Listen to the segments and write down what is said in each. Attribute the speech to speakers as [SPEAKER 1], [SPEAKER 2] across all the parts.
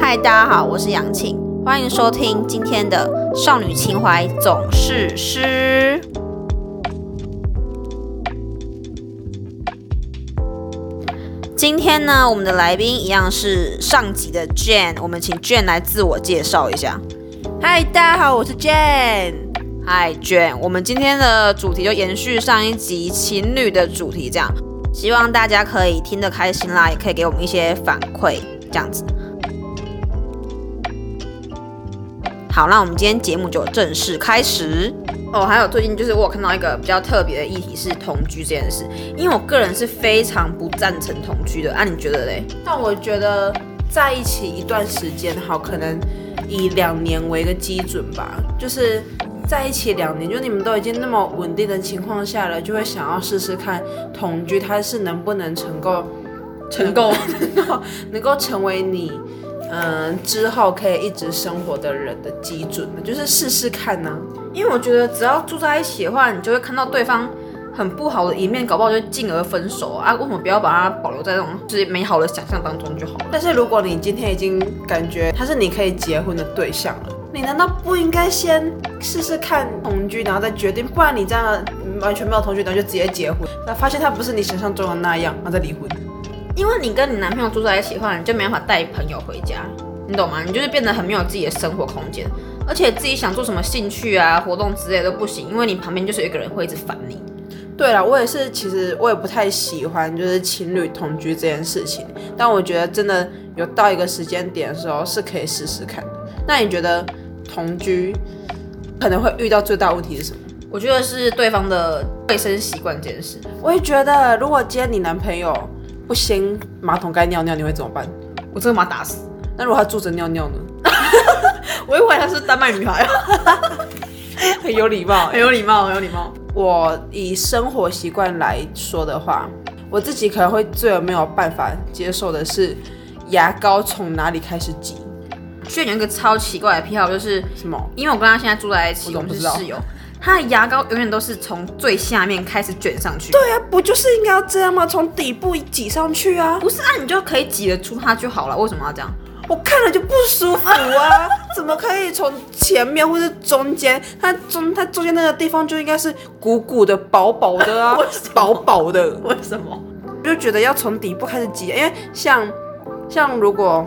[SPEAKER 1] 嗨，大家好，我是杨庆，欢迎收听今天的《少女情怀总是诗》。今天呢，我们的来宾一样是上集的 Jane，我们请 Jane 来自我介绍一下。
[SPEAKER 2] 嗨，大家好，我是 Jane。
[SPEAKER 1] 嗨，Jane，我们今天的主题就延续上一集情侣的主题，这样，希望大家可以听得开心啦，也可以给我们一些反馈，这样子。好，那我们今天节目就正式开始。
[SPEAKER 2] 哦，还有最近就是我有看到一个比较特别的议题是同居这件事，因为我个人是非常不赞成同居的。啊，你觉得嘞？
[SPEAKER 3] 但我觉得在一起一段时间，好，可能以两年为一个基准吧，就是在一起两年，就你们都已经那么稳定的情况下了，就会想要试试看同居，它是能不能成够
[SPEAKER 2] 成功？
[SPEAKER 3] 能够成为你。嗯，之后可以一直生活的人的基准呢，就是试试看呢、
[SPEAKER 2] 啊因为我觉得只要住在一起的话，你就会看到对方很不好的一面，搞不好就进而分手啊。啊为什么不要把它保留在那种就是美好的想象当中就好了？
[SPEAKER 3] 但是如果你今天已经感觉他是你可以结婚的对象了，你难道不应该先试试看同居，然后再决定？不然你这样嗯完全没有同居，然后就直接结婚，那发现他不是你想象中的那样，然后再离婚。
[SPEAKER 2] 因为你跟你男朋友住在一起的话，你就没办法带朋友回家，你懂吗？你就是变得很没有自己的生活空间，而且自己想做什么兴趣啊、活动之类都不行，因为你旁边就是有一个人会一直烦你。
[SPEAKER 3] 对了，我也是，其实我也不太喜欢就是情侣同居这件事情，但我觉得真的有到一个时间点的时候是可以试试看的。那你觉得同居可能会遇到最大问题是什么？
[SPEAKER 2] 我觉得是对方的卫生习惯这件事，
[SPEAKER 3] 我也觉得，如果今天你男朋友不掀马桶盖尿尿，你会怎么办？
[SPEAKER 2] 我真的把他打死。
[SPEAKER 3] 那如果他坐着尿尿呢？
[SPEAKER 2] 我以为她是丹麦女孩，
[SPEAKER 3] 很哎有礼貌
[SPEAKER 2] 很有礼貌，很有礼貌。
[SPEAKER 3] 我以生活习惯来说的话，我自己可能会最没有办法接受的是，牙膏从哪里开始挤？
[SPEAKER 2] 炫有一个超奇怪的癖好，就是
[SPEAKER 3] 什么？
[SPEAKER 2] 因为我跟她现在住在一起，我
[SPEAKER 3] 我怎
[SPEAKER 2] 们
[SPEAKER 3] 么不
[SPEAKER 2] 是
[SPEAKER 3] 知道
[SPEAKER 2] 室友，她的牙膏永远都是从最下面开始卷上去。
[SPEAKER 3] 对啊，不就是应该要这样吗？从底部挤上去啊！
[SPEAKER 2] 不是啊，你就可以挤得出它就好了，为什么要这样？
[SPEAKER 3] 我看了就不舒服啊！ 怎么可以从前面或是中间？它中它中间那个地方就应该是鼓鼓的、薄薄的 啊，薄薄的。
[SPEAKER 2] 为什么？
[SPEAKER 3] 我就觉得要从底部开始挤，因为像像如果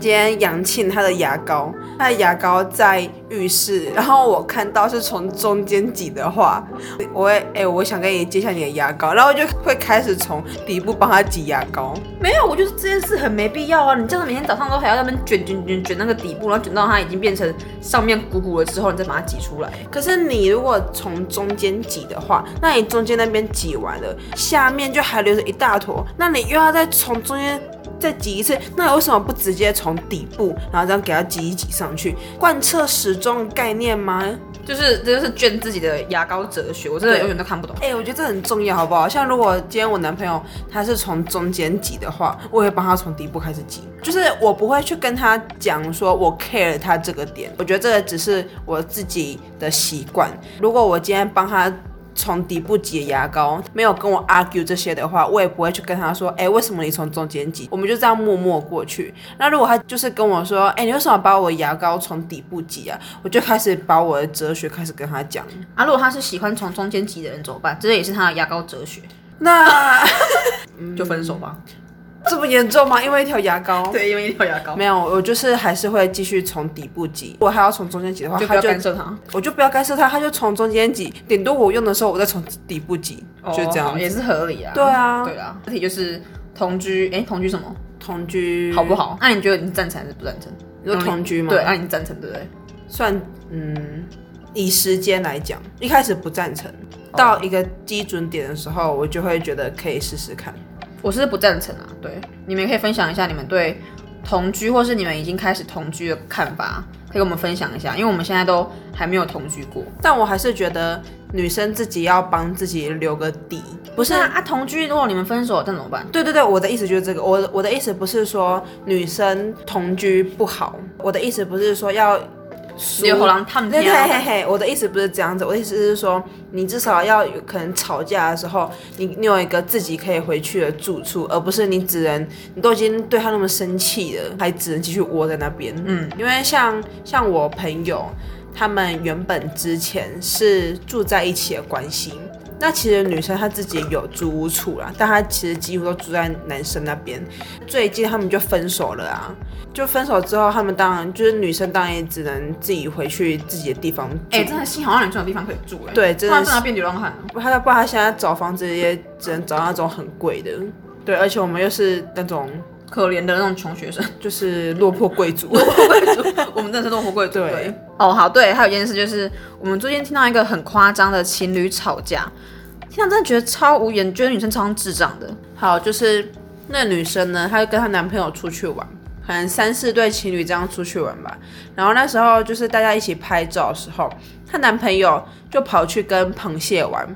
[SPEAKER 3] 今天杨庆她的牙膏，她的牙膏在浴室，然后我看到是从中间挤的话，我会哎、我想跟你借一下你的牙膏，然后我就会开始从底部帮她挤牙膏。
[SPEAKER 2] 没有，我觉得这件事很没必要啊！你这样每天早上都还要在那边卷卷卷卷那个底部，然后卷到它已经变成上面鼓鼓了之后，你再把它挤出来。
[SPEAKER 3] 可是你如果从中间挤的话，那你中间那边挤完了，下面就还留着一大坨，那你又要再从中间再挤一次，那你为什么不直接从底部，然后这样给它挤一挤上去，贯彻始终的概念吗？
[SPEAKER 2] 就是这就是卷自己的牙膏哲学，我真的
[SPEAKER 3] 对
[SPEAKER 2] 永远都看不懂。
[SPEAKER 3] 哎、我觉得这很重要，好不好？像如果今天我男朋友他是从中间挤的话，我也会帮他从底部开始挤，就是我不会去跟他讲说我 care 他这个点，我觉得这个只是我自己的习惯。如果我今天帮他。从底部挤牙膏，没有跟我 argue 这些的话，我也不会去跟他说，哎、为什么你从中间挤？我们就这样默默过去。那如果他就是跟我说，哎、你为什么把我牙膏从底部挤啊？我就开始把我的哲学开始跟他讲。
[SPEAKER 2] 啊，如果他是喜欢从中间挤的人怎么办？这也是他的牙膏哲学，
[SPEAKER 3] 那
[SPEAKER 2] 就分手吧。
[SPEAKER 3] 这么严重吗？因为一条牙膏？，
[SPEAKER 2] 对，因为一条牙膏，
[SPEAKER 3] 嗯没有，我就是还是会继续从底部挤。我还要从中间挤的话，
[SPEAKER 2] 就不
[SPEAKER 3] 他
[SPEAKER 2] 要
[SPEAKER 3] 就
[SPEAKER 2] 干涉他。
[SPEAKER 3] 我就不要干涉他，他就从中间挤。顶多我用的时候，我再从底部挤，就这
[SPEAKER 2] 哦好
[SPEAKER 3] 样。
[SPEAKER 2] 也是合理啊。
[SPEAKER 3] 对啊
[SPEAKER 2] 对啊。问题就是同居，哎、同居什么
[SPEAKER 3] 同居
[SPEAKER 2] 好不？好？那、你觉得你是赞成还是不赞成？
[SPEAKER 3] 嗯你说同居吗？
[SPEAKER 2] 对，那、，啊你赞成对不对？
[SPEAKER 3] 算嗯，以时间来讲，一开始不赞成，
[SPEAKER 2] 哦
[SPEAKER 3] 到一个基准点的时候，我就会觉得可以试试看。
[SPEAKER 2] 我是不赞成啊。对，你们也可以分享一下你们对同居，或是你们已经开始同居的看法，可以跟我们分享一下，因为我们现在都还没有同居过。
[SPEAKER 3] 但我还是觉得女生自己要帮自己留个底，不是
[SPEAKER 2] 那啊，同居如果你们分手，那怎么办？
[SPEAKER 3] 对对对，我的意思就是这个。我我的意思不是说女生同居不好，我的意思不是说要疏
[SPEAKER 2] 你的喉咙烫
[SPEAKER 3] 对
[SPEAKER 2] 掉
[SPEAKER 3] 对嘿嘿，我的意思不是这样子，我的意思是说，你至少要有可能吵架的时候，你你有一个自己可以回去的住处，而不是你只能你都已经对他那么生气了，还只能继续窝在那边。嗯，因为像像我朋友，他们原本之前是住在一起的关系。那其实女生她自己也有租屋处啦，但她其实几乎都住在男生那边。最近他们就分手了啊，就分手之后，他们当然就是女生，当然也只能自己回去自己的地方住。
[SPEAKER 2] 哎、真的幸好让你这种地方可以住哎、
[SPEAKER 3] 对真
[SPEAKER 2] 不
[SPEAKER 3] 的
[SPEAKER 2] 然真
[SPEAKER 3] 是
[SPEAKER 2] 的要变流浪汉了。
[SPEAKER 3] 他不然他现在找房子也只能找那种很贵的，对，而且我们又是那种
[SPEAKER 2] 可怜的那种穷学生，
[SPEAKER 3] 就是落魄贵族，
[SPEAKER 2] 我们真的是落魄贵族。
[SPEAKER 3] 对
[SPEAKER 2] 对，哦，好，对，还有一件事就是，我们最近听到一个很夸张的情侣吵架，天啊，真的觉得超无言，觉得女生超像智障的。
[SPEAKER 3] 好，就是那女生呢，她就跟她男朋友出去玩，可能三四对情侣这样出去玩吧。然后那时候就是大家一起拍照的时候，她男朋友就跑去跟螃蟹玩。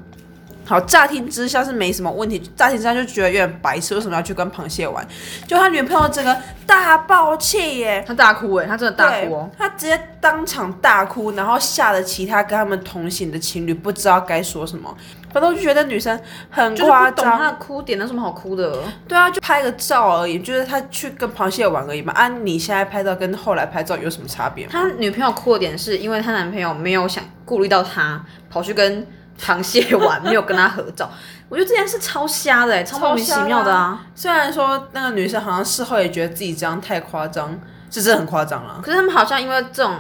[SPEAKER 3] 好，乍听之下是没什么问题，乍听之下就觉得有点白痴，为什么要去跟螃蟹玩？就她女朋友整个大爆气耶，
[SPEAKER 2] 他大哭哎、他真的大
[SPEAKER 3] 对
[SPEAKER 2] 哭哦。，
[SPEAKER 3] 她直接当场大哭，然后吓得其他跟他们同行的情侣不知道该说什么。反正我就觉得女生很
[SPEAKER 2] 就是不
[SPEAKER 3] 夸
[SPEAKER 2] 懂
[SPEAKER 3] 张，
[SPEAKER 2] 他的哭点，有什么好哭的？
[SPEAKER 3] 对啊，就拍个照而已，就是他去跟螃蟹玩而已嘛。啊，你现在拍照跟后来拍照有什么差别吗？
[SPEAKER 2] 他女朋友哭的点是因为她男朋友没有想顾虑到她，跑去跟螃蟹玩，没有跟她合照。我觉得这件事超瞎的、欸，超莫名其妙的啊！
[SPEAKER 3] 虽然说那个女生好像事后也觉得自己这样太夸张，是真的很夸张了。
[SPEAKER 2] 可是他们好像因为这种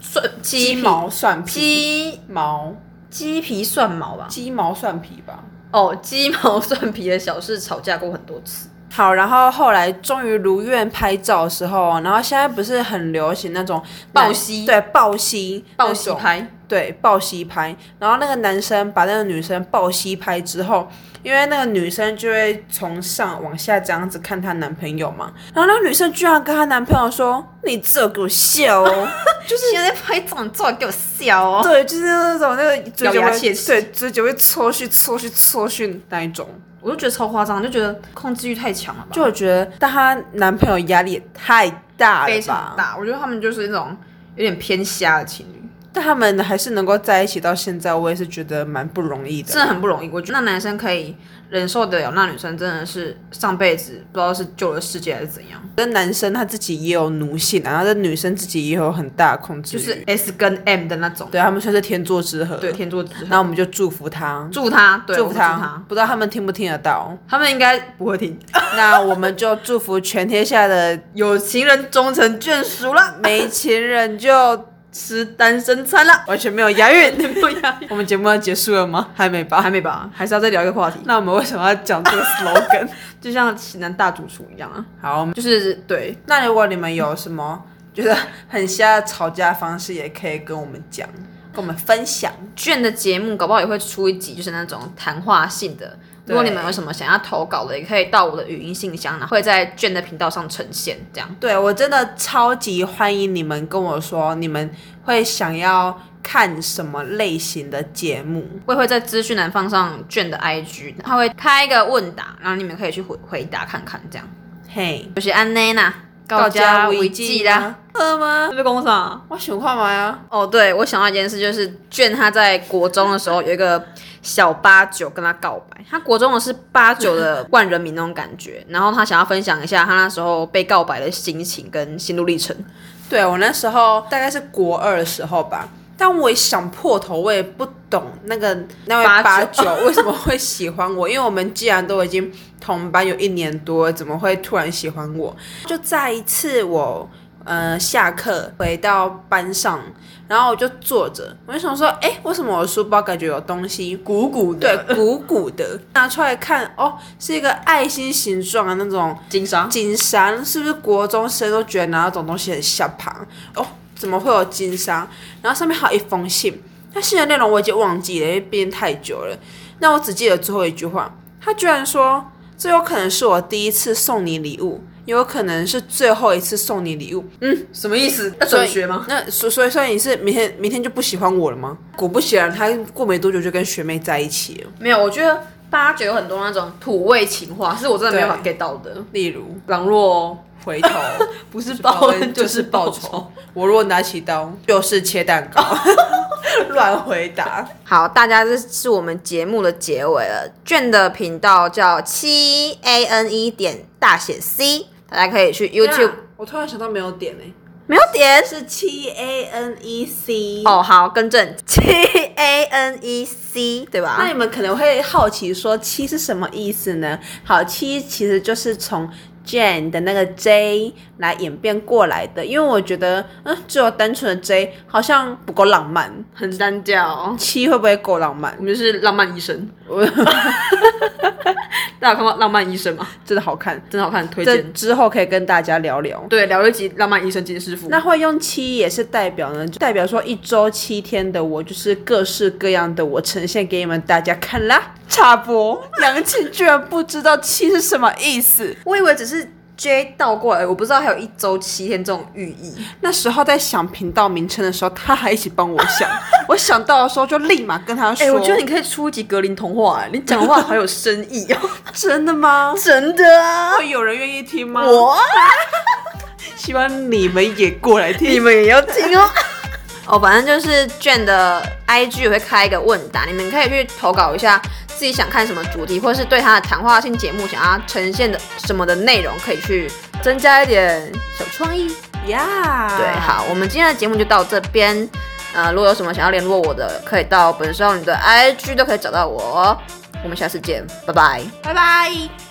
[SPEAKER 2] 蒜鸡
[SPEAKER 3] 鸡
[SPEAKER 2] 皮
[SPEAKER 3] 毛蒜皮，
[SPEAKER 2] 鸡
[SPEAKER 3] 毛
[SPEAKER 2] 鸡皮蒜毛吧，
[SPEAKER 3] 鸡毛蒜皮吧。
[SPEAKER 2] 哦，鸡毛蒜皮的小事吵架过很多次。
[SPEAKER 3] 好，然后后来终于如愿拍照的时候，然后现在不是很流行那种
[SPEAKER 2] 抱膝
[SPEAKER 3] 对抱膝
[SPEAKER 2] 抱
[SPEAKER 3] 那
[SPEAKER 2] 膝
[SPEAKER 3] 种
[SPEAKER 2] 拍，
[SPEAKER 3] 对，抱膝拍。然后那个男生把那个女生抱膝拍之后，因为那个女生就会从上往下这样子看她男朋友嘛。然后那个女生居然跟她男朋友说：“你这给我笑哦。
[SPEAKER 2] 就是现在拍这种照给我笑”哦。
[SPEAKER 3] 对，就是那种那个嘴
[SPEAKER 2] 咬
[SPEAKER 3] 角
[SPEAKER 2] 牙
[SPEAKER 3] 会
[SPEAKER 2] 切齿
[SPEAKER 3] 对嘴角会搓去搓去搓去那一种。
[SPEAKER 2] 我就觉得超夸张，就觉得控制欲太强了吧，
[SPEAKER 3] 就我觉得，但她男朋友压力也太大
[SPEAKER 2] 非
[SPEAKER 3] 了
[SPEAKER 2] 常
[SPEAKER 3] 吧？
[SPEAKER 2] 大。我觉得他们就是那种有点偏瞎的情侣。
[SPEAKER 3] 但他们还是能够在一起到现在，我也是觉得蛮不容易的。
[SPEAKER 2] 真的很不容易。我觉得那男生可以忍受得了，那女生真的是上辈子不知道是救了世界还是怎样，
[SPEAKER 3] 这男生他自己也有奴性啊，然后这女生自己也有很大的控制
[SPEAKER 2] 就
[SPEAKER 3] 欲。
[SPEAKER 2] 是 S 跟 M 的那种，
[SPEAKER 3] 对他们算是天作之合。
[SPEAKER 2] 对，，天作之合。
[SPEAKER 3] 那我们就祝福他，
[SPEAKER 2] 祝他，对，
[SPEAKER 3] 祝
[SPEAKER 2] 我
[SPEAKER 3] 福
[SPEAKER 2] 们
[SPEAKER 3] 他，
[SPEAKER 2] 他，
[SPEAKER 3] 不知道他们听不听得到。
[SPEAKER 2] 他们应该不会听。
[SPEAKER 3] 那我们就祝福全天下的
[SPEAKER 2] 有情人终成眷属了，
[SPEAKER 3] 没情人就
[SPEAKER 2] 吃单身餐了。
[SPEAKER 3] 完全没有押韵。
[SPEAKER 2] 没有压力
[SPEAKER 3] 我们节目要结束了吗？还没吧？
[SPEAKER 2] 还没吧？还是要再聊一个话题，
[SPEAKER 3] 那我们为什么要讲这个 slogan？
[SPEAKER 2] 就像《情男大主厨》一样啊，
[SPEAKER 3] 好，
[SPEAKER 2] 就是对，
[SPEAKER 3] 那如果你们有什么觉得很瞎的吵架方式，也可以跟我们讲，跟我们分享。
[SPEAKER 2] 卷的节目，搞不好也会出一集，就是那种谈话性的。如果你们有什么想要投稿的，也可以到我的语音信箱，然后会在卷的频道上呈现。这样，
[SPEAKER 3] 对我真的超级欢迎你们跟我说，你们会想要看什么类型的节目？
[SPEAKER 2] 我也会在资讯栏放上卷的 IG，他会开一个问答，然后你们可以去回回答看看。这样，
[SPEAKER 3] 嘿、
[SPEAKER 2] 我是安奈娜，
[SPEAKER 3] 到家
[SPEAKER 2] 为
[SPEAKER 3] 为
[SPEAKER 2] 止
[SPEAKER 3] 止
[SPEAKER 2] 啦
[SPEAKER 3] 啦。。饿吗？
[SPEAKER 2] 是 被攻上？
[SPEAKER 3] 我想看嘛呀。
[SPEAKER 2] 哦，对，我想到一件事，就是卷他在国中的时候有一个小八九跟他告白，他国中的是八九 的万人迷那种感觉，然后他想要分享一下他那时候被告白的心情跟心路历程。
[SPEAKER 3] 对我那时候大概是国二的时候吧，但我也想破头，我也不懂那个那位
[SPEAKER 2] 八
[SPEAKER 3] 八
[SPEAKER 2] 九
[SPEAKER 3] 九为什么会喜欢我，因为我们既然都已经同班有一年多了，怎么会突然喜欢我？就再一次我。呃，下课回到班上，然后我就坐着，我就想说，哎，为什么我的书包感觉有东西鼓鼓的？对，鼓鼓的，拿出来看，哦，是一个爱心形状的那种
[SPEAKER 2] 经商
[SPEAKER 3] 金沙是不是国中生都觉得拿那种东西很下盘哦？怎么会有金沙？然后上面还有一封信，那信的内容我已经忘记了，因为毕竟太久了。那我只记得最后一句话，他居然说：“这有可能是我第一次送你礼物，也有可能是最后一次送你礼物。”
[SPEAKER 2] 什么意思？要
[SPEAKER 3] 所
[SPEAKER 2] 转
[SPEAKER 3] 以
[SPEAKER 2] 学吗？
[SPEAKER 3] 那所所以所以你是明天明天就不喜欢我了吗？果不其然，他过没多久就跟学妹在一起了。
[SPEAKER 2] 没有，我觉得
[SPEAKER 4] 八九有很多那种土味情话，是我真的没有办法
[SPEAKER 3] 对
[SPEAKER 4] get 到的。
[SPEAKER 3] 例如
[SPEAKER 4] 朗若
[SPEAKER 3] 回 头
[SPEAKER 4] 不是
[SPEAKER 3] 报
[SPEAKER 4] 报
[SPEAKER 3] 恩
[SPEAKER 4] 恩
[SPEAKER 3] 就
[SPEAKER 4] 就是是
[SPEAKER 3] 报
[SPEAKER 4] 报
[SPEAKER 3] 仇
[SPEAKER 4] 仇，
[SPEAKER 3] 我若拿起刀就是切蛋糕， 乱回答。
[SPEAKER 2] 好，大家这是我们节目的结尾了。卷的频道叫七 A N E 点大写 C，大家可以去 YouTube
[SPEAKER 3] 我突然想到没有点欸诶、
[SPEAKER 2] 没有点
[SPEAKER 3] 是七 A N E C。
[SPEAKER 2] 哦，好，更正七 A N E C 对吧
[SPEAKER 3] 那？你们可能会好奇说“七”是什么意思呢？好，“七”其实就是从 Jane 的那个 J 来演变过来的，因为我觉得，嗯，只有单纯的 J 好像不够浪漫。
[SPEAKER 4] 很单调，哦
[SPEAKER 3] 七会不会够浪漫
[SPEAKER 4] 我？们就是浪漫医生。 大家有看过《浪漫医生》吗？
[SPEAKER 3] 真的好看，
[SPEAKER 4] 真的好看，推
[SPEAKER 3] 这
[SPEAKER 4] 荐。
[SPEAKER 3] 之后可以跟大家聊聊。
[SPEAKER 4] 对，聊一集《浪漫医生金师傅》。
[SPEAKER 3] 那会用七也是代表呢，就代表说一周七天的我，就是各式各样的我呈现给你们大家看啦。插播，杨庆居然不知道七是什么意思，
[SPEAKER 4] 我以为只是 J 倒过来，我不知道还有一周七天这种寓意。
[SPEAKER 3] 那时候在想频道名称的时候，他还一起帮我 想，我想到的时候就立马跟他
[SPEAKER 4] 哎、
[SPEAKER 3] 说。
[SPEAKER 4] 我觉得你可以出一集格林童话、哎你讲话好有深意哦。
[SPEAKER 3] 真的吗？
[SPEAKER 4] 真的啊，
[SPEAKER 3] 会有人愿意听吗？
[SPEAKER 4] 我
[SPEAKER 3] 希望你们也过来 听。
[SPEAKER 4] 你们也要听哦。
[SPEAKER 2] 哦，反正就是卷的 IG 也会开一个问答，你们可以去投稿一下自己想看什么主题，或是对他的谈话性节目想要呈现的什么的内容，可以去增加一点小创意。
[SPEAKER 3] 呀，
[SPEAKER 2] 对，，好，我们今天的节目就到这边。呃，如果有什么想要联络我的，可以到本少女的 IG 都可以找到我哦。我们下次见，拜拜。
[SPEAKER 3] 拜拜。